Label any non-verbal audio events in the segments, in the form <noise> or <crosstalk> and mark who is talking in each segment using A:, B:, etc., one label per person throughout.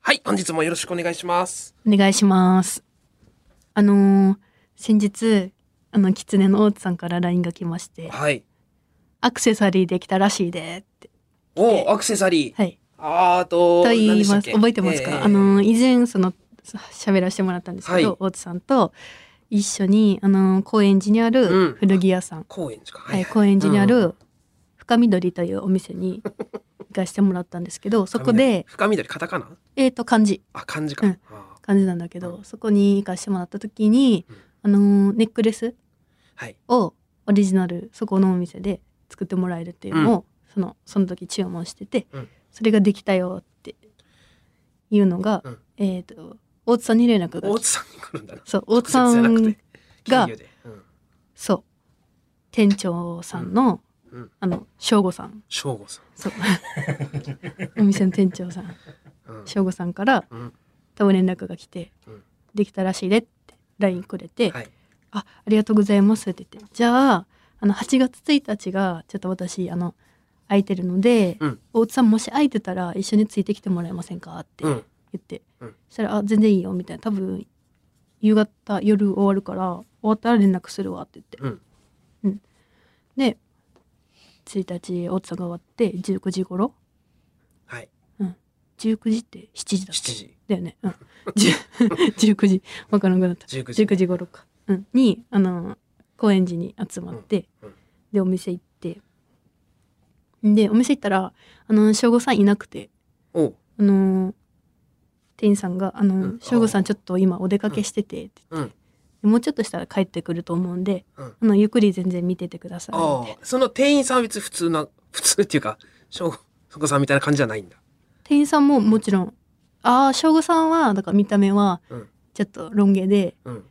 A: はい、本日もよろしくお願いします。
B: お願いします。あのー先日、あの、キツネの大津さんから LINE が来まして、
A: はい。
B: アクセサリーできたらしいで、って。
A: おーアクセサリー。
B: はい。
A: あーと、
B: と言います。
A: 何でしたっけ
B: 覚えてますか、
A: えー
B: あのー以前、その、喋らせてもらったんですけど、
A: はい
B: 大津さんと一緒に、あのー高円寺にあ
A: う
B: る
A: ん
B: 古着屋さん、
A: 高円寺か。
B: はい、高円寺にあ
A: うん
B: る深緑というお
A: <laughs>
B: 店に行かしてもらったんですけど、そこで、
A: 深緑、カタカナ
B: えっ、と、漢字。
A: あ、漢字か。
B: うん
A: あー
B: 感じなんだけど、そこに行かしてもらった時に
A: うん、
B: あのーネックレス
A: はい。
B: をオリジナルそこのお店で作ってもらえるっていうのを、そのその時注文してて、
A: うん
B: それができたよっていうのが、
A: うん
B: えっ、と大津さんに連絡が
A: 大
B: 来
A: 津さんに来るんだな。
B: そう大津さ
A: 直接じゃなく
B: ん
A: て
B: が
A: 経由でうん
B: そう店長さんの、
A: うんうん
B: あの省吾さん
A: 省吾さん。 <laughs>
B: そうお店の店長さん
A: うん
B: 省吾さんから
A: うん
B: 多分連絡が来て、
A: うん
B: できたらしいでって LINE くれて、
A: はい。
B: あありがとうございますって言ってじゃああの8月1日がちょっと私あの空いてるので、
A: うん
B: 大津さんもし空いてたら一緒についてきてもらえませんかって
A: う
B: 言
A: ん。
B: って、
A: うん
B: そしたら「あ全然いいよ」みたいな多分夕方夜終わるから終わったら連絡するわって言って、
A: うん。
B: で1日大津さんが終わって19時頃
A: はい。
B: 19時って7時だっ
A: 7
B: け
A: 時。
B: だよねうん19時わからなくなった
A: 19時。
B: 19時頃か、うん、にあの高円寺に集まって、
A: うんうん
B: でお店行ってでお店行ったらあの省吾さんいなくて
A: おう
B: あの店員さんが「あの、
A: うん
B: 省吾さんちょっと今お出かけしてて」って
A: うん。
B: もうちょっとしたら帰ってくると思うんで、
A: うん
B: あのゆっくり全然見ててください」
A: ああ、その店員さんは別に普通な、普通っていうか、しょう、そこさんみたいな感じじゃないんだ。
B: 店員さんももちろん「ああ省吾さんはだから見た目は
A: うん
B: ちょっとロン毛で
A: うん。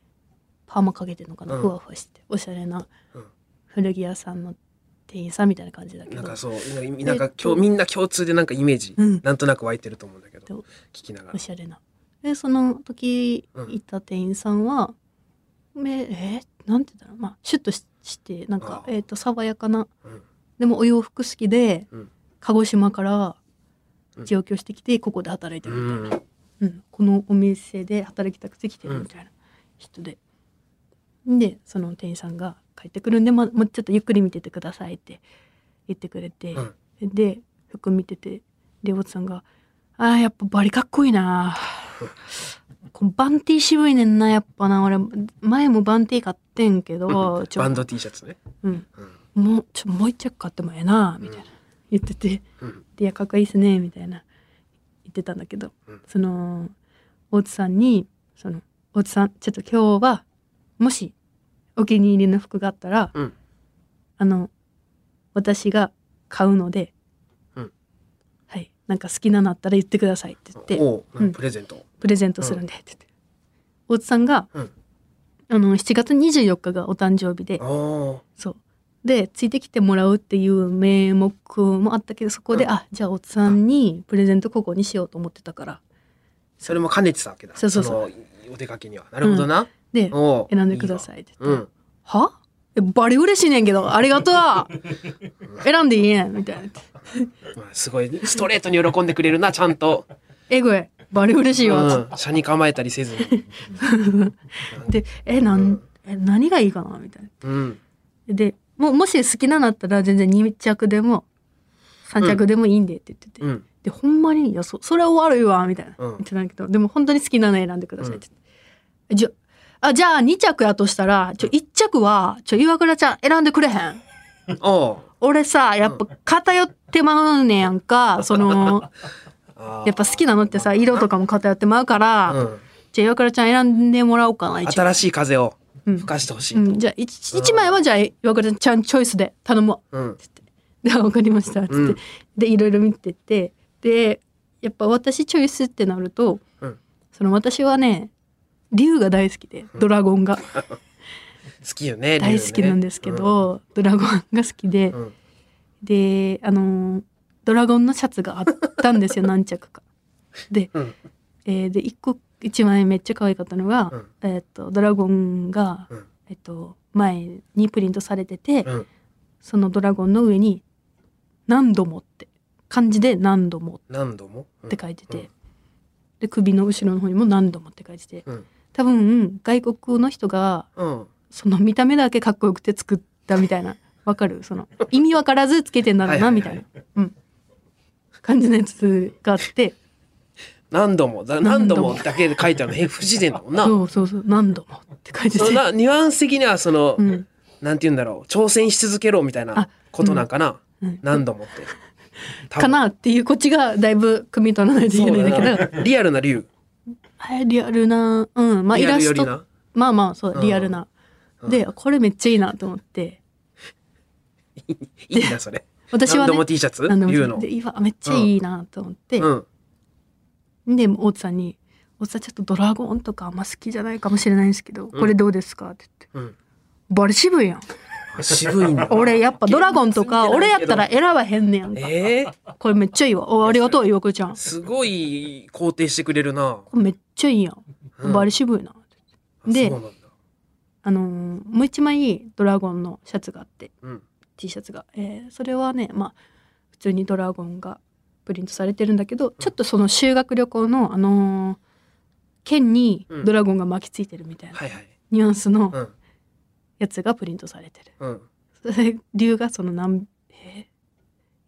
B: パーマかけてるのかな、
A: うん
B: ふわふわしておしゃれな
A: うん
B: 古着屋さんの店員さんみたいな感じだけ
A: なん
B: ど
A: かそう、なんかなん
B: え
A: か今
B: っと
A: 日みんな共通でなんかイメージ、
B: うん
A: なんとなく湧いてると思うんだけ
B: ど
A: ど
B: う、
A: 聞きなが
B: お
A: ら。
B: しゃれな。でその時
A: うん
B: 行った店員さんは、めえーなんて言うんだろうまあシュッとししてなんか
A: ああ
B: えっ、と爽やかな
A: うん
B: でもお洋服好きで、
A: うん
B: 鹿児島から
A: うん
B: 上京してきてここで働いて
A: う
B: るみたい
A: ん。
B: な、うんこのお店で働きたくて来てるみたいな人で。でその店員さんが帰ってくるんで、ま、もうちょっとゆっくり見ててくださいって言ってくれて、
A: うん
B: で服見ててでおつさんが「あーやっぱバリかっこいいな」こうバンティー渋いねんなやっぱな俺前もバンティー買ってんけどちょ
A: バンド T シャツね。
B: うん、
A: うん。
B: もうちょもう一着買ってもええなみたいな言ってて
A: うん。
B: で「いやかっこいいっすね」みたいな言ってたんだけど、
A: うん
B: その大津さんに「その大津さんちょっと今日はもしお気に入りの服があったら、
A: うん
B: あの私が買うので、
A: うん
B: はいなんか好きなのあったら言ってください」って言って
A: おう、なん
B: うん
A: かプレゼント。
B: 「プレゼントするんで」って言って、大津さんが
A: うん。
B: あの7月24日がお誕生日で
A: おー
B: そうでついてきてもらうっていう名目もあったけどそこで、
A: うん
B: あじゃあおっさんにプレゼントここにしようと思ってたから
A: それも兼ねてたわけだ。。
B: そうそうそう
A: お出かけには。なるほどな。
B: で
A: おう
B: 選んでくだ
A: い
B: さいって
A: い
B: 言
A: わ。う
B: って
A: ん。
B: 「はえバリ嬉しいねんけどありがとう
A: <laughs>
B: 選んでいいねん」みたいな
A: まあすごい、ストレートに喜んでくれ
B: <laughs>
A: るな、ちゃんと。
B: 「えぐいバリ嬉しいよ」
A: うん。車に構えたりせずに。
B: で「えな
A: うんん
B: え何がいいかな?」みたいな。
A: うん。
B: でもうもし好きなのあったら全然2着でも3着でもいいんでって言ってて、
A: うん。
B: でほんまに「いやそそれは悪いわ」みたいな、
A: うん
B: 言ってたんだけどでも本当に好きなの選んでくださいって言って、じゃあじゃあ2着やとしたらちょ1着はちょ岩倉ちゃん選んでくれへん
A: おう。
B: 俺さやっぱ偏ってまうねやんかその
A: あー
B: やっぱ好きなのってさ色とかも偏ってまうから、
A: うん。
B: じゃあ岩倉ちゃん選んでもらおうかな1着、
A: 新しい風を
B: うん
A: 吹かしてほしい。
B: うん、じゃあ 1, 枚はじゃあ岩倉ちゃんチョイスで頼もう
A: うん
B: つって「で分かりました」っつって、
A: うん
B: でいろいろ見ててでやっぱ私チョイスってなると、
A: うん
B: その私はね竜が大好きでドラゴンが
A: 好きよね。
B: 大好きなんですけど、ドラゴンが好きで、
A: うん。うん
B: であのードラゴンのシャツがあったんで
A: <laughs>
B: すよ何着か。で,、
A: うん
B: えーで1個1枚めっちゃ可愛かったのが、
A: うん
B: えーっとドラゴンが、
A: うん
B: えっと、前にプリントされてて、
A: うん
B: そのドラゴンの上に「何度も」って漢字で「何度も」
A: 何度も。
B: って書いてて、で首の後ろの方にも何度もって書いてて、
A: うん
B: 多分外国の人が
A: うん。
B: その見た目だけかっこよくて作ったみたいなわかるその意味わからずつけてんだろうなみたいな、うん、感じのやつがあって
A: 何度も、だ何度
B: 何
A: も
B: 度も
A: だけで書いてあるの、え、不自然
B: <laughs>
A: だもんな。
B: そうそうそう何度もって書いてて
A: そ。んな、ニュアンス的には、その、
B: うん
A: なんて言うんだろう、挑戦し続けろみたいな
B: あ
A: ことなんかな。
B: うん
A: 何度もって。多分
B: かなっていうこっちがだいぶ汲み取らないといけないんだけ
A: そう
B: ど
A: だなリアルな理由。
B: あれリアルなうんまあイ
A: リア
B: ラ
A: ルよ
B: ス
A: り
B: ト
A: な。
B: まあまあそううんリアルな、
A: うん
B: でこれめっちゃいいなと思って
A: いいな、それ。
B: 私
A: 何
B: はね
A: 度も T シャツ
B: 何度も
A: 言うの。
B: で今めっちゃいいなと思って、
A: うん。
B: で大津さんに「大津さんちょっとドラゴンとかあんま好きじゃないかもしれないんですけど、これどうですか?」って言って
A: うん。
B: 「バリ渋いやん
A: 渋
B: <laughs>
A: いんだな。
B: 俺やっぱドラゴンとか俺やったら選ばへんねやんか、
A: えー、
B: これめっちゃいいわおありがとう岩倉ちゃん
A: すごい肯定してくれるな。
B: これめっちゃいいやん、
A: うん
B: バリ渋いな」ってで
A: そうなんだ。
B: あのーもう一枚ドラゴンのシャツがあって
A: うん。
B: T シャツが、えーそれはねまあ普通にドラゴンがプリントされてるんだけどちょっとその修学旅行のあのー剣にドラゴンが巻きついてるみたいな
A: はいはい。
B: ニュアンスの
A: うん。
B: やつがプリントされてる。 <laughs>
A: うん。
B: それ竜がその何え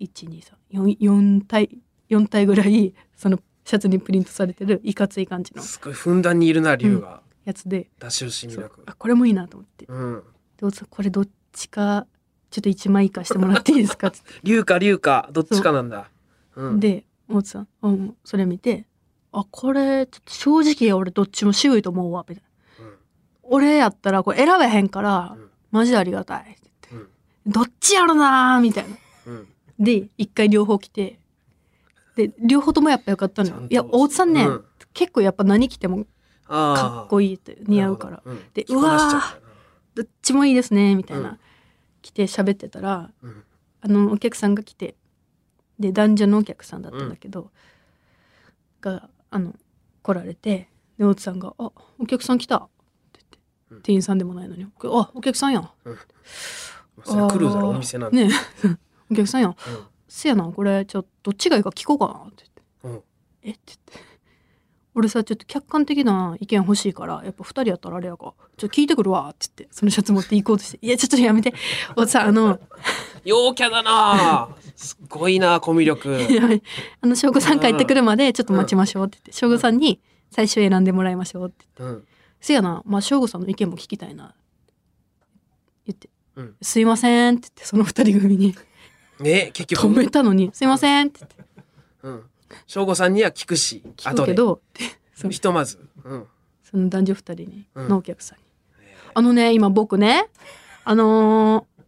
B: 1234体4体ぐらいそのシャツにプリントされてるいかつい感じの
A: すごいふんだんにいるな、龍が。
B: やつで、
A: 出し惜しみ
B: そ
A: な
B: う
A: く。
B: あこれもいいなと思って
A: うん。
B: どうぞこれどっちかちょっと1枚以下してもらっていいですかっつって、
A: 龍か龍か、どっちかなんだ。うん。
B: で大津さん、うん、それ見て「あこれちょっと正直俺どっちも渋いと思うわ」みたいな
A: うん。
B: 「俺やったらこれ選べへんから
A: うん
B: マジでありがたい」って
A: う
B: 言って
A: ん
B: 「どっちやろな」みたいな。
A: うん。
B: で一回両方着てで両方ともやっぱよかったの
A: ちゃん
B: よ
A: と
B: いや大津さんね、
A: うん
B: 結構やっぱ何着ても
A: あ
B: かっこ
A: いい。
B: いいって似合うから
A: なるほど。ん
B: で
A: 着こなしちゃうんだな
B: どっちもいいですねみたいな、
A: うん
B: 着て喋ってたら
A: うん。
B: あのお客さんが来てで男女のお客さんだったんだけど、があの来られてで大津さんが「あお客さん来た」って言って、
A: うん
B: 店員さんでもないのに「あお客さんやん」
A: まあそれ来るだろ、
B: あー
A: お店なんで。
B: ねえ <laughs> お客さんやん
A: うん
B: せやなこれちょっとどっちがいいか聞こうかな」って言って。
A: うん。
B: えって言って俺さちょっと客観的な意見欲しいからやっぱ2人やったらあれやからちょっと聞いてくるわって言ってそのシャツ持って行こうとして「いやちょっとやめておさあの
A: 陽キャだなあ
B: <laughs>
A: すっごいなあコミュ力。 <laughs>
B: やめあの翔子さん帰ってくるまでちょっと待ちましょう」って言って翔子さんに最初選んでもらいましょうって
A: うん。
B: せやなまあ翔子さんの意見も聞きたいな」言って
A: うん
B: 「すいません」って言ってその2人組に
A: ね結
B: 止
A: 局。
B: めたのに「すいません」って言って
A: うん。省吾さんには聞くし、
B: 聞くけ
A: 後
B: どってそ
A: で。
B: の
A: ひとまず。うん。
B: その男女2人に
A: うん
B: のお客さんにあのね、今僕ね、あのー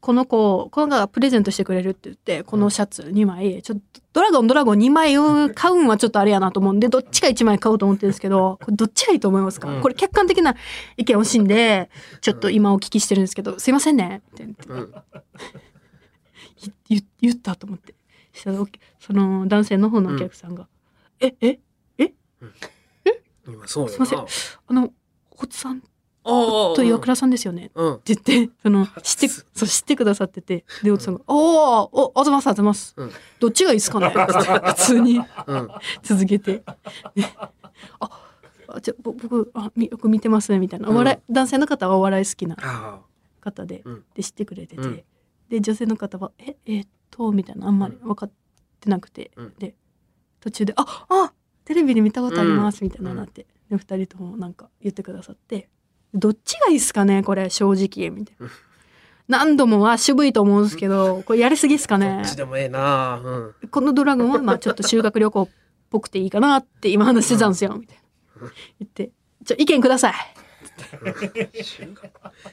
B: この子、この子がプレゼントしてくれるって言って、このシャツ2枚、ちょっとドラゴンドラゴン2枚を
A: <laughs>
B: 買うんはちょっとあれやなと思うんで、どっちか1枚買おうと思ってるんですけど、これどっちがいいと思いますか、
A: うん
B: これ客観的な意見欲しいんで、ちょっと今お聞きしてるんですけど、すいませんね、って
A: うん。
B: 言言言ったと思って。したらお客その男性の方のお客さんが、え、え、
A: 今そうよ
B: すい
A: な。
B: ませんあの、おつさん
A: ああ。
B: と岩倉さんですよね
A: うん。
B: って言って、その、して、
A: す
B: そう、知ってくださってて、で、おつさんが、おーお、あざます、あざます
A: うん。
B: どっちがいいっすかねって普通に
A: うん。
B: 続けて。あ、あじゃあ、ぼ僕、あ、みよく見てます、みたいな。お笑い、男性の方はお笑い好きな
A: あ
B: 方で
A: うん、
B: で、知ってくれて
A: うん
B: て。で、女性の方は、え、えっと、みたいな、あんまり分かってなくて
A: うん。
B: で、途中で、あ、あ、テレビで見たことあります、みたいななって。で、二人ともなんか言ってくださって、どっちがいいっすかね、これ、正直、みたいな。何度もは渋いと思うんですけど、これやりすぎっすか
A: あ。ど
B: ね
A: っ。ちでもええなあ。うん。
B: このドラゴンはまあちょっと修学旅行っぽくていいかなって今話してたんですよ、みたいな。言って、じゃ意見ください。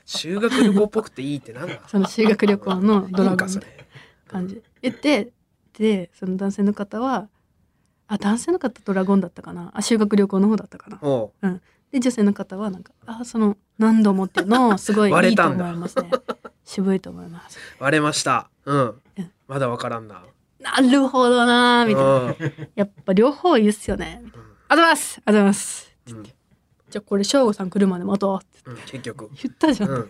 A: 修学旅行っぽくていいってなんだ。
B: その修学旅行のド
A: い
B: ラ
A: い
B: ゴ
A: か
B: ン
A: そ
B: の
A: れ。
B: 感じ。言って、で、その男性の方は、あ、男性の方ドラゴンだったかな。あ、修学旅行の方だったかな。
A: おう。
B: で、女性の方はなんか、あ、その何度もっていうの、すごい
A: 割
B: い
A: れ
B: いと
A: たん
B: 思
A: だ
B: いますね。渋いと思います。
A: 割れました。うん
B: うん。
A: まだわからんな。
B: なるほどなーみたいな。
A: うん
B: やっぱ両方いいっすよね。あざますあざます
A: うん
B: じゃあこれ翔吾さん来るまで待とうって
A: うん結局。
B: 言ったじゃん。
A: うん。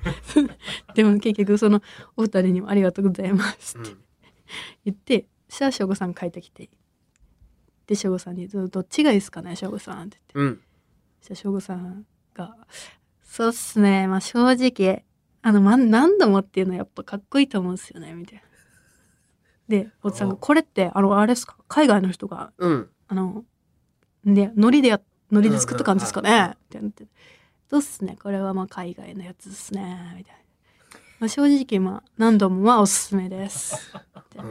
B: でも結局そのお二人にもありがとうございます
A: う
B: って
A: ん。
B: 言って、そしたら翔吾さん帰ってきて。で省吾さんにど「どっちがいいですかね省吾さん」って言って
A: うん。
B: そしたら省吾さんが「そうっすねまあ正直あの、ま、何度もっていうのはやっぱかっこいいと思うんですよね」みたいな。でおじさんが「
A: あ
B: これってあのあれですか海外の人が
A: うん。
B: あの、ね、海苔でや、海苔で作った感じですか
A: うんうんうん
B: ねみたいになって。どうっすね、これはまあ海外のやつですね、みたいな。まあ、正直、まあ、何度もはおすすめです。
A: うん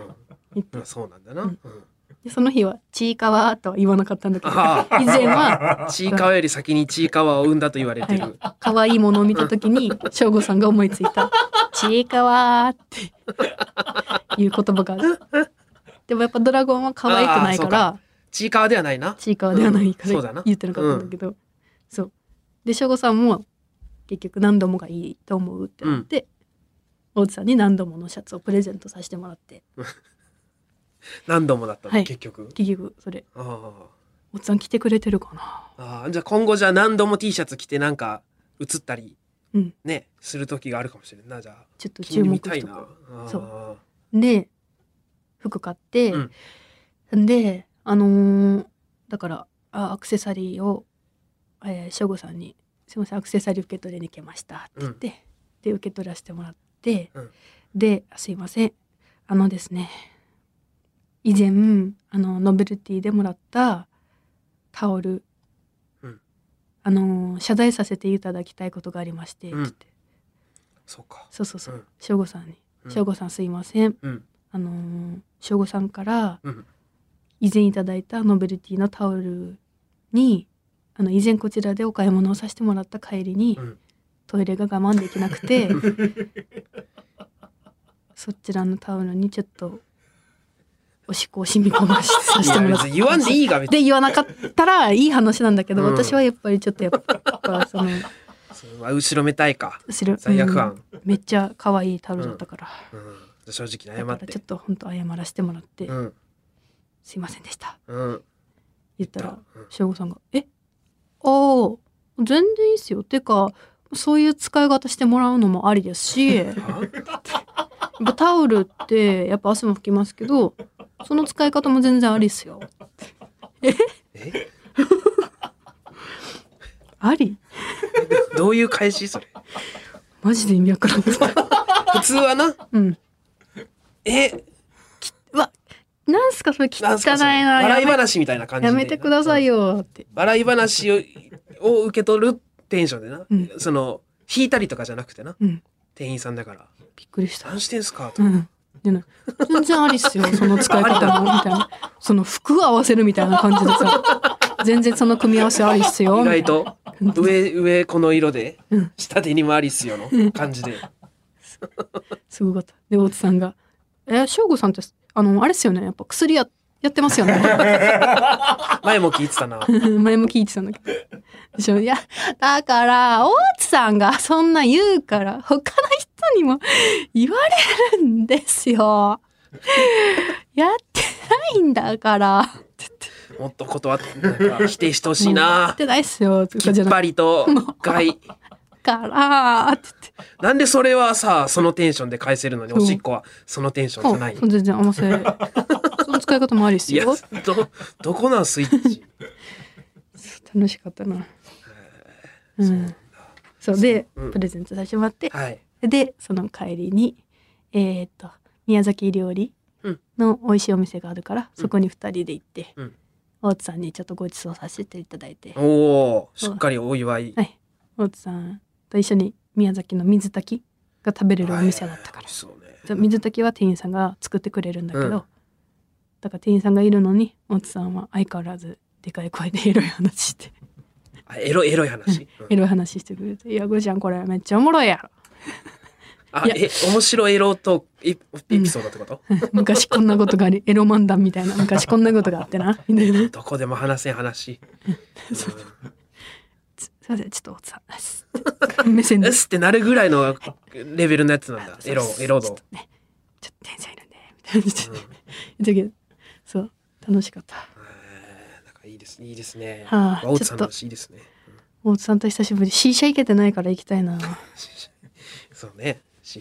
B: 言っ
A: ま
B: て
A: あ、そうなんだな。
B: う
A: うんん、
B: でその日は、ちいかわとは言わなかったん
A: <laughs>
B: だけど、
A: あ
B: 以前は、
A: あ、ちいかわより先にちいかわを生んだと言われてる。
B: 可愛いものを見たときに、省吾さんが思いついた、ちいかわって <laughs> いう言葉がある。でもやっぱドラゴンは可愛くないか
A: あ
B: ら、
A: ちいかわではないな。
B: ちいかわではないか
A: うんそうだ
B: ら
A: な
B: 言ってなかったんだけど、そうで省吾さんも結局何度もがいいと思うってなって、大津さんに何度ものシャツをプレゼントさせてもらって
A: 何度もだったの、
B: はい
A: 結局。
B: 結局それ
A: ああ。
B: 大津さん着てくれてるかな
A: ああ、じゃあ今後じゃあ何度も T シャツ着てなんか映ったり、
B: うん
A: ね、する時があるかもしれんな、じゃあ。
B: ちょっと注
A: 君
B: 目
A: み
B: しと
A: たい
B: く
A: な。ああ
B: そう。で服買って、であのーだからあアクセサリーを、えー、省吾さんに「すいませんアクセサリー受け取りに来ました」って言って、で受け取らせてもらって、
A: うん
B: で「すいませんあのですね以前あのノベルティでもらったタオル、
A: うん
B: あのー謝罪させていただきたいことがありまして」って言って、
A: そうか。
B: そうそうそう
A: うん
B: 省吾、さんに
A: う
B: 「
A: ん
B: 省吾さんすいません
A: うん。
B: あのー省吾さんから
A: うん。
B: 以前いただいたノベルティのタオルにあの以前こちらでお買い物をさせてもらった帰りに、
A: うん
B: トイレが我慢できなくて
A: <laughs>
B: そちらのタオルにちょっとおしっこを染み込ましさ
A: い
B: せて
A: や
B: もら
A: 別
B: った
A: に言わんでいいが、別に。
B: で言わなかったらいい話なんだけど、
A: うん
B: 私はやっぱりちょっとやっぱその
A: それは後ろめたいか。
B: 後ろ
A: <laughs> 罪悪感。
B: うんめっちゃ可愛いタオルだったから、
A: うん。じゃあ正直
B: だ
A: に謝
B: か
A: っ
B: らち
A: て
B: ょっ。と本当謝らせてもらって、
A: うん。
B: すいませんでした
A: うん。
B: 言ったら
A: うん
B: 省吾さんが「えああ全然いいっすよ」てかそういう使い方してもらうのもありです <laughs> しやっ
A: あ
B: ぱタオルってやっぱ汗も拭きますけどその使い方も全然ありっすよ。
A: え
B: あり
A: どういう返しそれ。
B: マジで意味わからんかった。
A: 普通はな。
B: うん、
A: え
B: うわなんすかそれ汚い
A: なんすかそれ
B: なや
A: 笑い
B: め
A: 話みたいな感じで
B: やめてくださいよって。
A: 笑い話をを受け取るテンションでな、
B: うん
A: その引いたりとかじゃなくてな
B: うん
A: 店員さんだから
B: びっくりし
A: 「
B: た
A: 何。してんすか?」と
B: う
A: か
B: んでね全然ありっすよその使い方もみたいなその服合わせるみたいな感じでさ全然その組み合わせありっすよ
A: 意
B: みたい
A: 外
B: な
A: と上上この色で、
B: うん
A: 下手に回りっすよの感じで、
B: すごかった。で、大津さんが、えー、翔吾さんって、あの、あれっすよね、やっぱ薬や、やってますよね。 <laughs>
A: 前も聞いてたな
B: 前も聞いてたんだけど。でしょいや、だから、大津さんがそんな言うから、他の人にも言われるんですよ。やってないんだから。って
A: もっと断ってなんか否定してほしい
B: やっ
A: な
B: て <laughs> ないっすよ。と
A: き
B: かじゃ
A: っ
B: な
A: ぱり
B: <laughs>
A: と外
B: いから、って言って。
A: なんでそれはさそのテンションで返せるのに
B: そう
A: おしっこはそのテンションじゃない
B: そう全然甘せ。その使い方もありっす
A: いや
B: よ。
A: どどこなんスイッチ
B: 楽しかったな。うん。そうで、
A: うん
B: プレゼントさせてもらって、
A: はい
B: でその帰りにえーっと宮崎料理
A: うん
B: の美味しいお店があるから、
A: うん
B: そこに2人で行って、
A: うん
B: 大津さんにちょっとご馳走させていただいて、
A: おおしっかりお祝い
B: はい大津さんと一緒に宮崎の水炊きが食べれるお店だったから、
A: そうね
B: そう水炊きは店員さんが作ってくれるんだけど、
A: うん
B: だから店員さんがいるのに大津さんは相変わらずでかい声でエロい話して
A: あエロエロい話、
B: エロい話してくれて「いやぐちゃんこれめっちゃおもろいやろ」
A: あ
B: いや
A: え面白エロとエエピソードってこと、
B: 昔こんなことがありエロ漫談みたいな昔こんなことがあってなみたいな
A: どこでも話せん話
B: 「すいませんちょっとおつさんです」目線
A: う
B: で
A: っすってなるぐらいのレベルのやつなん
B: <laughs>
A: だエロエロ
B: ちょっ
A: 度
B: とねちょっと店員さんいるんでみたいな感じで言ったけどそう楽しかった
A: えーなんかいいですねいいですね
B: はあ
A: 大津さんの
B: ち
A: 話いいですね <laughs>
B: 大津さんと久しぶり C 社行けてないから行きたいな
A: そうねし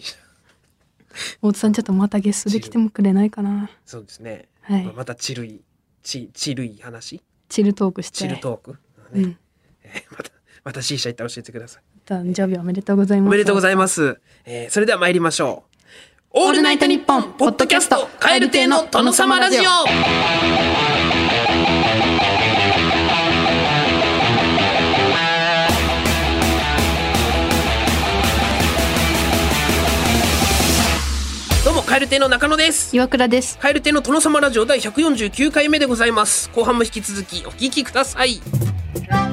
B: 大津さんちょっとまたゲストで来てもくれないかな
A: そうですね、
B: は
A: まあ
B: い
A: またチルイち、ちるい話
B: チルトークして
A: チルトーク、ね
B: うん
A: えーまた、また C 社行ったら教えてください。
B: 誕生日おめでとうございます
A: おめでとうご
B: い
A: ざいます。えーそれでは参りましょう。オ
B: ールナイトニッポンポッドキャスト蛙亭の殿様ラジオ
A: どうも、蛙亭の中野です。
B: 岩倉です
A: 蛙亭の殿様ラジオ第149回目でございます。後半も引き続きお聞きください。
C: オー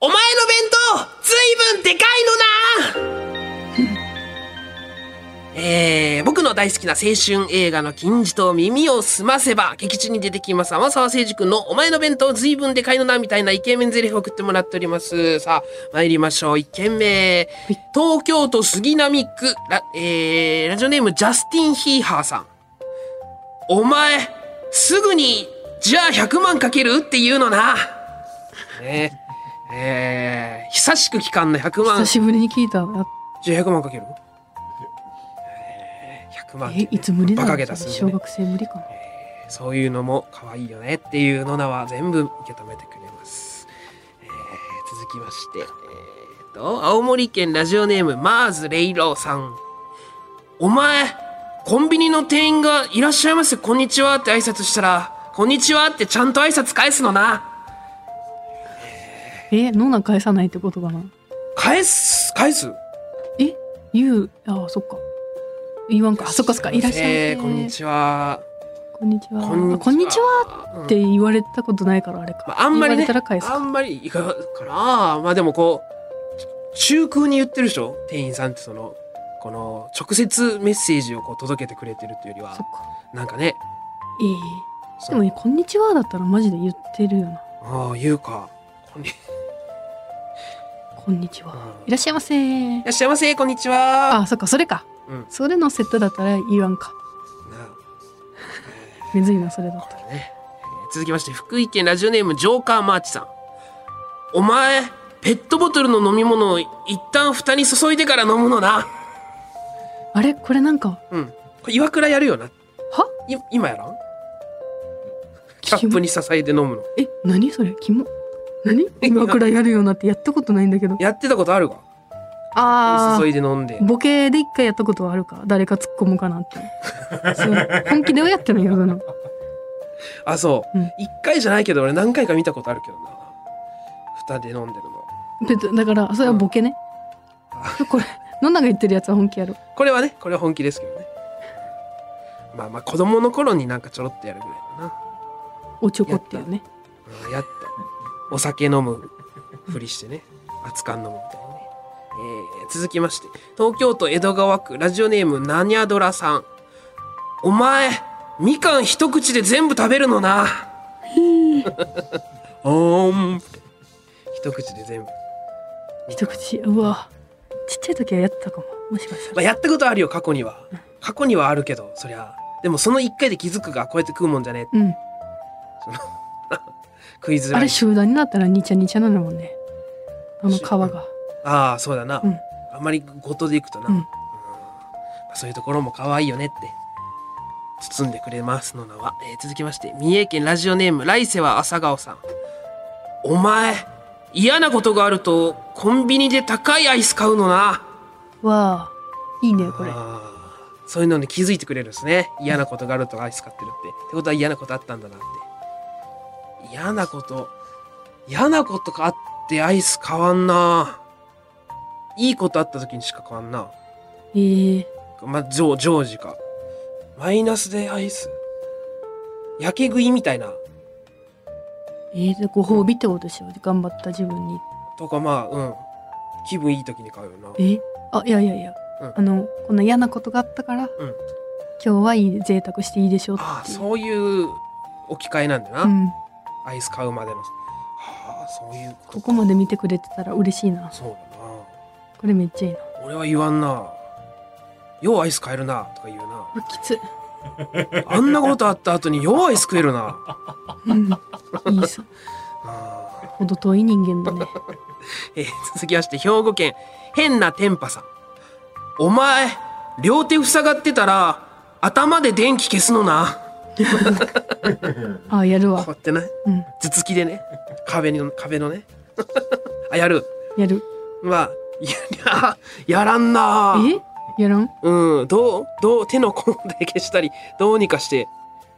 A: お前の弁当、ずいぶんでかいのなえー、僕の大好きな青春映画の金字塔耳をすませば、劇中に出てきます天沢誠二君のお前の弁当ずいぶんでかいのなみたいなイケメン台詞を送ってもらっております。さあ、参りましょう。一軒目。東京都杉並区、ラ、えー、ラジオネームジャスティン・ヒーハーさん。お前、すぐに、じゃあ100万かけるって言うのな。ねえー、久しく期間の100万
B: 久。しぶりに聞いたあ
A: じゃあ100万かけるえー ?100 万って
B: えいつ無理だ
A: バ
B: ろ
A: カ
B: う
A: げた数字
B: 小
A: ね、
B: 学生無理かな
A: そういうのも可愛いよねっていうのなは全部受け止めてくれます。えー続きまして、えーと、青森県ラジオネームマーズレイローさん。お前、コンビニの店員がいらっしゃいませ、こんにちはって挨拶したら、こんにちはってちゃんと挨拶返すのな。
B: えノーナ返さないってことかな
A: 返す、返す
B: え言うあそっか言わんかあそっかそっかいらっしゃいませ
A: えーこんにちは。
B: こんにちは
A: こんにちは
B: あこんにちはって言われたことないからあれか、
A: まあ、あんまり
B: 言われ
A: ね
B: たら返、す
A: あ
B: か
A: んまりいかがかな。まあでもこう、ち中空に言ってるでしょ店員さんってその、この、直接メッセージをこう届けてくれてるっていうよりは
B: そっ、か
A: なんかね、
B: ええ
A: そ
B: でもねこんにちはだったらマジで言ってるよな
A: ああ、言うか。こんに、い
B: こんにちは
A: うん
B: いらっしゃいませ
A: らっしゃいませ、こんにちは。
B: あそっかそれか、
A: うん
B: それのセットだったら言わんか
A: な
B: むずいなそれだったら
A: ねえー続きまして福井県ラジオネームジョーカーマーチさんお前ペットボトルの飲み物を一旦蓋に注いでから飲むのな
B: あれこれなんか
A: うんこれ岩倉やるよな
B: はい
A: 今やらんキャップに支えて飲むの
B: え何それキモ何今くらいやるようになってやったことないんだけど
A: やってたことあるか
B: あ
A: 注
B: あ
A: いで飲んで
B: ボケで一回やったことはあるか誰か突っ込むかなってそう本気でやってるんやけどな
A: あそう
B: うん
A: 一、回じゃないけど俺何回か見たことあるけどな蓋で飲んでるの
B: ペットだからそれはボケね、これ野永言ってるやつは本気やろ
A: これはねこれは本気ですけどねまあまあ子供の頃になんかちょろっとやるぐらいだな
B: おちょこっていうね
A: うんやったお酒飲むふりしてね熱燗飲むみたいなね、えー続きまして東京都江戸川区ラジオネームナニャドラさんお前みかん一口で全部食べるのなおーん一口で全部、
B: 一口うわちっちゃい時はやってたかももしかした
A: まあ、
B: ら
A: やったことあるよ過去には過去にはあるけどそりゃでもその一回で気づくがこうやって食うもんじゃねえ
B: うん
A: クイズ
B: あ
A: ライ
B: れ
A: フ
B: 集団になったらニチャニチャなのもんねあの皮が
A: ああそうだな、
B: うん
A: あんまりごとでいくとな、
B: うん
A: まあそういうところも可愛いよねって包んでくれますのなは、えー続きまして三重県ラジオネーム来世は朝顔さんお前嫌なことがあるとコンビニで高いアイス買うのな
B: わあいいねこれ
A: あーそういうのに気づいてくれるんですね嫌なことがあるとアイス買ってる
B: <laughs>
A: ってってことは嫌なことあったんだなって嫌なこと嫌なことがあってアイス変わんないいことあった時にしか変わんな
B: えー、
A: まあ、ジョジョージか。マイナスでアイス。やけ食いみたいな。
B: えー、でご褒美ってことでしょ頑張った自分に。
A: とかまあうん気分いい時に買うよな
B: えあいやいやいや、
A: うん
B: あのこんな嫌なことがあったから、
A: ん
B: 今日はいい贅沢していいでしょうっていう
A: ああそういう置き換えなんだな、
B: うん、
A: アイス買うまでのはあそういうこと
B: ここまで見てくれてたら嬉しいな
A: そうだ
B: これめっちゃいいな
A: な俺は言わんなようアイス買えるなとか言うな
B: うわきつい、
A: あんなことあった後にようアイス食えるな
B: うん、いいさ
A: ああ
B: ほど遠い人間だ
A: <laughs>
B: ね
A: えー続きまして兵庫県変な天パさんお前両手塞がってたら頭で電気消すのな
B: ああやる
A: こ
B: わ
A: うやってね
B: うん
A: 頭突きでね壁の壁のね <laughs> あやる
B: やる
A: まあいや <laughs> やらんな
B: えやらん
A: うんどうどう手の込んで消したりどうにかして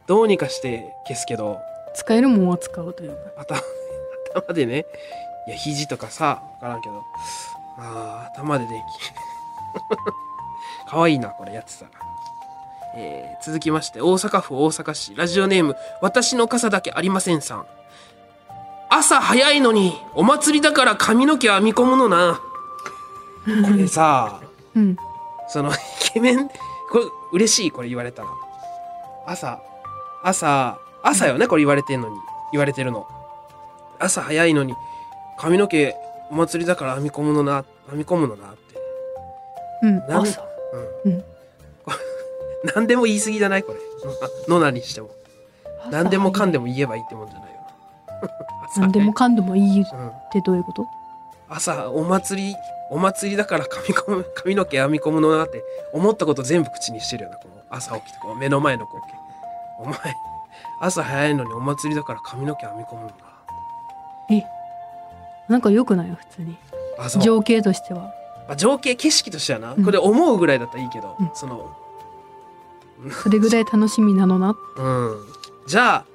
A: どうにかして消すけど
B: 使えるもんは使うというか
A: 頭 <laughs> 頭でねいや肘とかさ分からんけどあー頭で <laughs> 電気かわいいなこれやってたら、えー続きまして大阪府大阪市ラジオネーム「私の傘だけありません」さん朝早いのにお祭りだから髪の毛編み込むのなこれさ
B: うん
A: そのイケメンこれ嬉しいこれ言われたら朝朝朝よねこれ言われてんのに言われてるの朝早いのに髪の毛お祭りだから編み込むのな編み込むのなって
B: うん
A: なん
B: 朝
A: うん
B: うん
A: これ何でも言い過ぎじゃ <laughs> ないこれ <laughs> 野菜にしても何でもかんで
B: も
A: も言えばいいってもんじゃないよ <laughs> な朝
B: 何でもかんでもいいっ
A: うん
B: てどういうこと
A: 朝お祭りお祭りだから髪込む髪の毛編み込むのなって思ったこと全部口にしてるよなこの朝起きてこう目の前の光景お前朝早いのにお祭りだから髪の毛編み込むんだ
B: なんか良くないよ普通に
A: あそう
B: 情景としては
A: あ情景景色としてはな、
B: うん
A: これ思うぐらいだったらいいけど、
B: うん
A: その
B: それぐらい楽しみなのな
A: うんじゃあ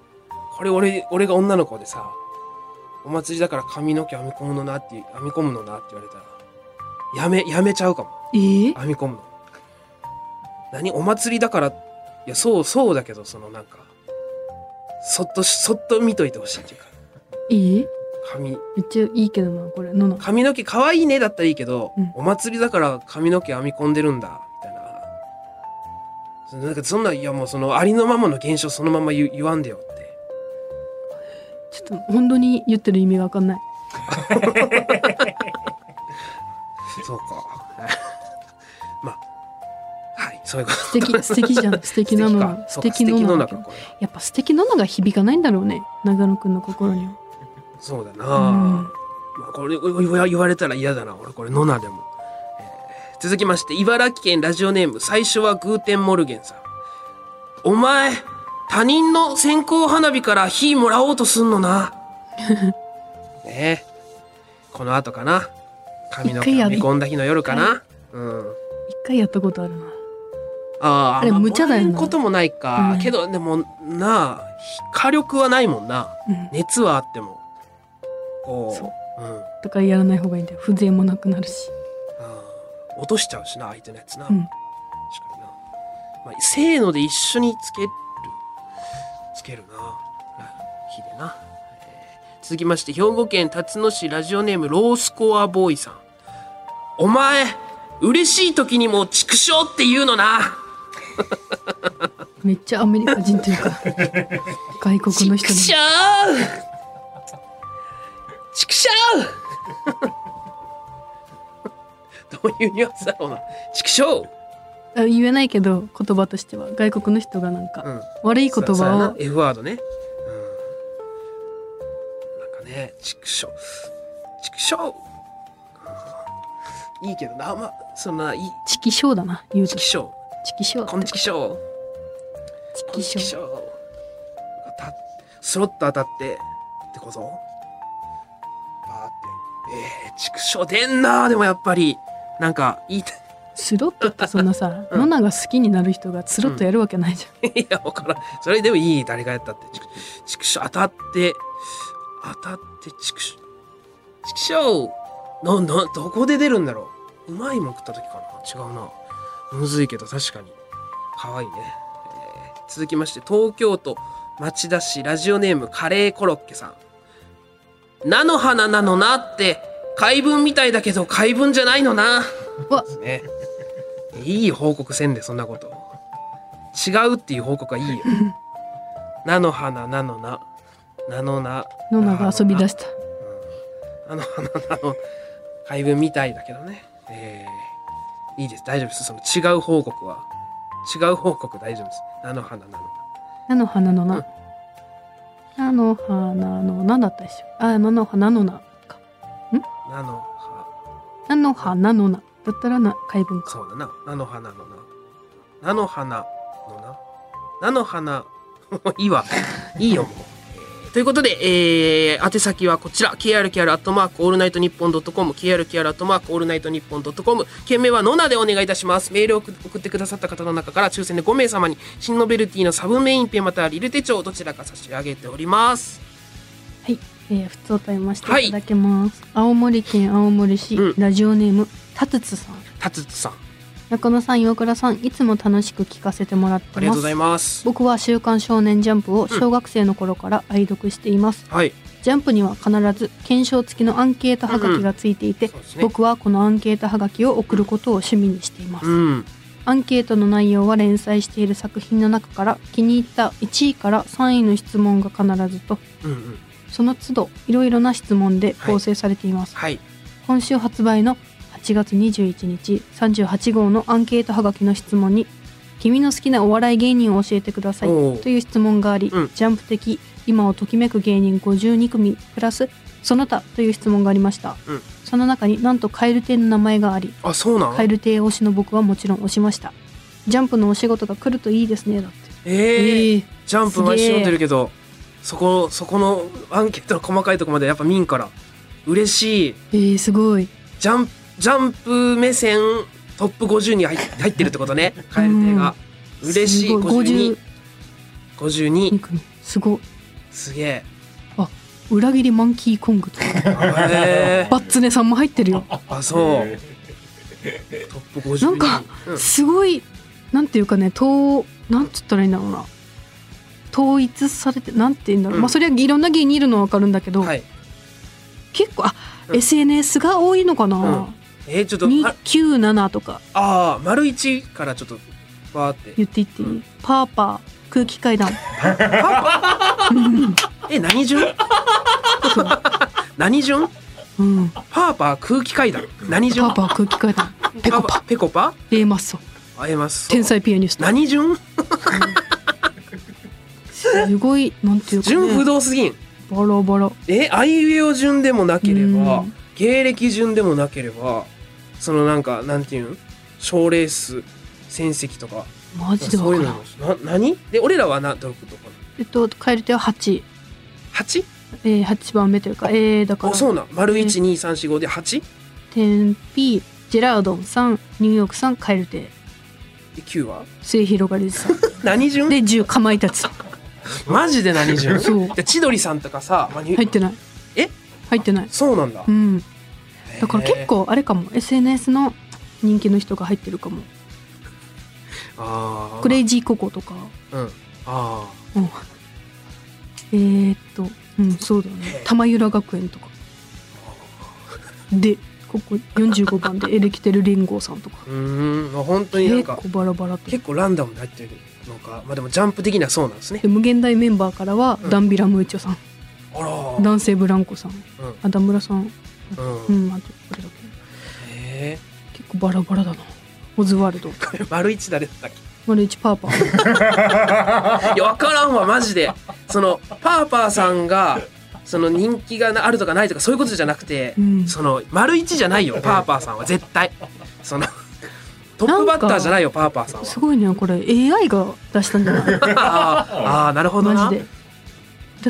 A: これ俺俺が女の子でさお祭りだから髪の毛編み込むのなって編み込むのなって言われたらやめやめちゃうかも
B: えー、
A: 編み込むの何お祭りだからいやそうそうだけどそのなんかそっとしそっと見といてほしいっていうか
B: えー、
A: 髪
B: めっちゃいいけどなこれのの
A: 髪の毛可愛いねだったらいいけど、
B: うん
A: お祭りだから髪の毛編み込んでるんだみたいなそなんかそんないやもうそのありのままの現象そのまま言う言わんでよって
B: ちょっと本当に言ってる意味が分かんない
A: そう
B: <laughs>
A: かまあはいそういうこと <laughs>
B: 素敵素敵じゃん素敵なのが
A: 素
B: 素
A: 敵かそうか素敵
B: 敵の
A: の
B: な
A: 中これ
B: やっぱ素敵ののが響かないんだろうね長野くんの心には
A: そうだな、
B: ん
A: まあこれ言わ言われたら嫌だな俺これノナでも、えー続きまして茨城県ラジオネーム最初はグーテンモルゲンさんお前他人の線香花火から火もらおうとすんの
B: <laughs>
A: なねえこの後かな髪の毛
B: 一回や
A: 編み
B: り
A: 込んだ日の夜かな、うん
B: 一回やったことあるな
A: あ
B: あれ
A: ま
B: 無茶だよな
A: もらえんこともないか、
B: うん
A: けどでもなあ火力はないもんな
B: うん
A: 熱はあってもこ
B: そう
A: ううん
B: だからやらない方がいいんだよ風情もなくなるし
A: あー落としちゃうしな相手のやつな、
B: うん
A: 確かにな、まあ、せーので一緒につけるつけるなうん火でな、えー続きまして兵庫県辰野市ラジオネームロースコアボーイさんお前嬉しい時にも畜生って言うのな
B: めっちゃアメリカ人とい
A: <laughs>
B: うか外国の人
A: 畜
B: に
A: 生畜生どういうニュアンスだろうな畜生
B: あ言えないけど言葉としては外国の人がなん
A: う
B: か
A: ん
B: 悪い言
A: そうそうや
B: 葉
A: な
B: を
A: F ワードね、うん、なんかね畜生畜生うんいいけどなあんまそんないい
B: 「チキショー」だな言うと
A: 畜
B: 「チ
A: 生
B: キショー」
A: こん畜生こん
B: 「チキシ
A: 畜生
B: ョー
A: たスロット当たってってことバーってえー、畜生出んなでもやっぱりなんかいい <laughs> い」
B: スロットってそんなさ、
A: うん
B: ノナが好きになる人がスロットやるわけないじゃん、
A: やわからんそれでもいい誰がやったって畜畜生当たって当たって畜生畜生なんだどこで出るんだろううまいもん食った時かな違うなむずいけど確かに可愛いね、えー続きまして東京都町田市ラジオネームカレーコロッケさん菜の花なのなって、怪文みたいだけど怪文じゃないのな。
B: わ
A: ね。いい報告せんで、そんなこと。違うっていう報告はいいよ。
B: <laughs>
A: 菜の花なのな。菜のな。
B: ノナが遊び出した
A: あの、あの、あの、怪文みたいだけどね。えーいいです。大丈夫です。その違う報告は。違う報告大丈夫です。菜の花なの。
B: 菜の花の
A: うん
B: 菜菜の花の菜だったでしょあ菜の花の菜か
A: 菜の葉、
B: 菜の花の菜だったらな解文か
A: そうだな。菜の花のな。菜の花のな。菜の花、 <laughs> もういいわ。いいよ、もう。ということで、えー、宛先はこちら、krkr アットマークオールナイトニッポンドットコム、krkr アットマークオールナイトニッポンドットコム、件名はノナでお願いいたします。メールを送送ってくださった方の中から抽選で5名様に、新ノベルティのサブメインペンまたはリル手帳どちらか差し上げております。
B: はい、えー、普通歌いましていただきます、青森県青森市、
A: うん
B: ラジオネームたつつさん
A: たつつさん、
B: 中野さん岩倉さんいつも楽しく聞かせてもらってます
A: ありがとうございます。
B: 僕は「週刊少年ジャンプ」を小学生の頃から愛読しています、
A: はい。
B: ジャンプには必ず検証付きのアンケートはがきがついていて、
A: そうですね。
B: 僕はこのアンケートはがきを送ることを趣味にしています、
A: うん。
B: アンケートの内容は連載している作品の中から気に入った1位から3位の質問が必ずと
A: うんうん。
B: その都度いろいろな質問で構成されています、
A: はい。
B: 今週発売の8月21日38号のアンケートはがきの質問に「君の好きなお笑い芸人を教えてください」
A: おう
B: という質問があり、
A: うん
B: ジャンプ的今をときめく芸人52組プラスその他という質問がありました、
A: うん
B: その中になんと蛙亭の名前があり
A: あ、そうなん
B: 蛙亭推しの僕はもちろん推しましたジャンプのお仕事が来るといいですねだって
A: ええ
B: えー
A: ジャンプ毎週読んでるけど、そこ、そこのアンケートの細かいとこまでやっぱ見んから、嬉しい。
B: えー、すごい
A: ジャンプ、ジャンプ目線トップ50に入っ入ってるってことね、カエル亭が。嬉しい、
B: すご
A: 52。
B: 52
A: 52。
B: 組すごい
A: すげえ。
B: 裏切りマンキーコングとか
A: あへえ
B: バッツネさんも入ってるよ
A: <laughs> あ、そう。トップ52。
B: なんか
A: うん、
B: すごいなんていうかね統なんつったらいいんだろうな統一されてなんて言うんだろう、
A: うん
B: まあそれはいろんな芸人いるのはわかるんだけど、
A: はい。
B: 結構あ、
A: うん
B: SNS が多いのかな、
A: えーちょっと、あ
B: 297とか
A: あー、丸一からちょっと、わーって。
B: 言っていっていい、パーパー空気階段
A: え、何
B: <laughs>
A: 順何順
B: うんパ
A: パーパー空気階段。何順
B: ーパー空気階段ペコパ。
A: ペコパ
B: A マッソ
A: 会えます。
B: 天才ピアニスト
A: 何順
B: すごいなんていうか、
A: 順不
B: ね、
A: 動すぎん。
B: ボロボロ
A: え、あいうえお順でもなけれ
B: う
A: ば
B: ん、
A: 芸歴順でもなければ、そのなんか、なんていうん賞レース、戦績とか、
B: マジで
A: そ
B: わ
A: う
B: か
A: いう
B: ら
A: の
B: ん
A: も。な、何で、俺らはな、どういうことかな。
B: えっと蛙亭は8、
A: 8?
B: えー、8番目というかえー、だから
A: あ、そうなん。丸一二三四五で 8?
B: 天 P ジェラードンさんニューヨークさんカエルテ
A: で、9は
B: 末広がり
A: <laughs>
B: ずさん
A: 何順
B: で10かまいたち
A: マジで何順 <laughs>
B: そう
A: で、千鳥さんとかさ、まあに
B: 入ってない
A: え
B: 入ってない
A: そうなんだ
B: う。んだから
A: へー
B: 結。構あれかも SNS の人気の人が入ってるかも
A: ああ。
B: クレイジーココとか
A: うん。ああ。
B: うんえー、っとうんそうだね玉浦学園とかでここ45番でエレキテルリンゴさんとか
A: うーん、まあ本当になん
B: 結
A: か
B: 構バラバラと
A: 結構ランダムに入ってるのか、まあでもジャンプ的にはそうなんですね
B: で。無限大メンバーからは、
A: うん
B: ダンビラムーチョさん
A: あら、
B: 男性ブランコさんあダムラさん
A: うん、う、
B: うんん、まあ、これだけ
A: へえ、
B: 結構バラバラだな。オズワルド、
A: これ丸一誰だったっけ？
B: 丸一パー
A: <laughs>
B: パー、
A: いやわからんわマジで。そのパーパーさんがその人気がなあるとかないとかそういうことじゃなくて、
B: うん
A: その丸一じゃないよパーパーさんは絶対。そのトップバッターじゃないよパーパーさんは。
B: すごいね、これ AI が出したん
A: <laughs>
B: じゃない？
A: あーあーなるほど
B: マ
A: な
B: ジ。で。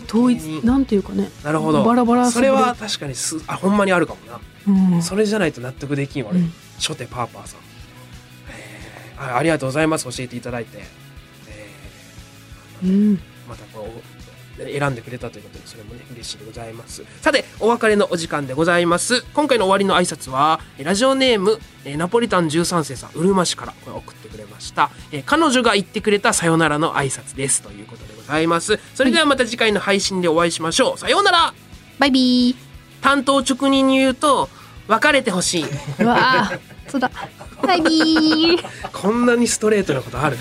B: で統
A: 急
B: 一
A: に
B: なんていうかね、
A: なるほど。
B: バラバラ
A: それは確かにすあほんまにあるかもな。
B: うん、
A: それじゃないと納得できんわ、俺
B: うん
A: 初手パーパーさん、えーあありがとうございます教えていただいて、え
B: う
A: ー
B: ん、
A: またこう選んでくれたということでそれもね嬉しいでございますさてお別れのお時間でございます今回の終わりの挨拶はえーラジオネームえーナポリタン13世さんうるま市からこれ送ってくれました、えー彼女が言ってくれたさよならの挨拶ですということでございますそれではまた次回の配信でお会いしましょうさようなら
B: バイビ
A: 担当直人に言うと別れてほし <laughs> い
B: ー。うわあ、そうだ。バイビー。
A: こんなにストレートなことある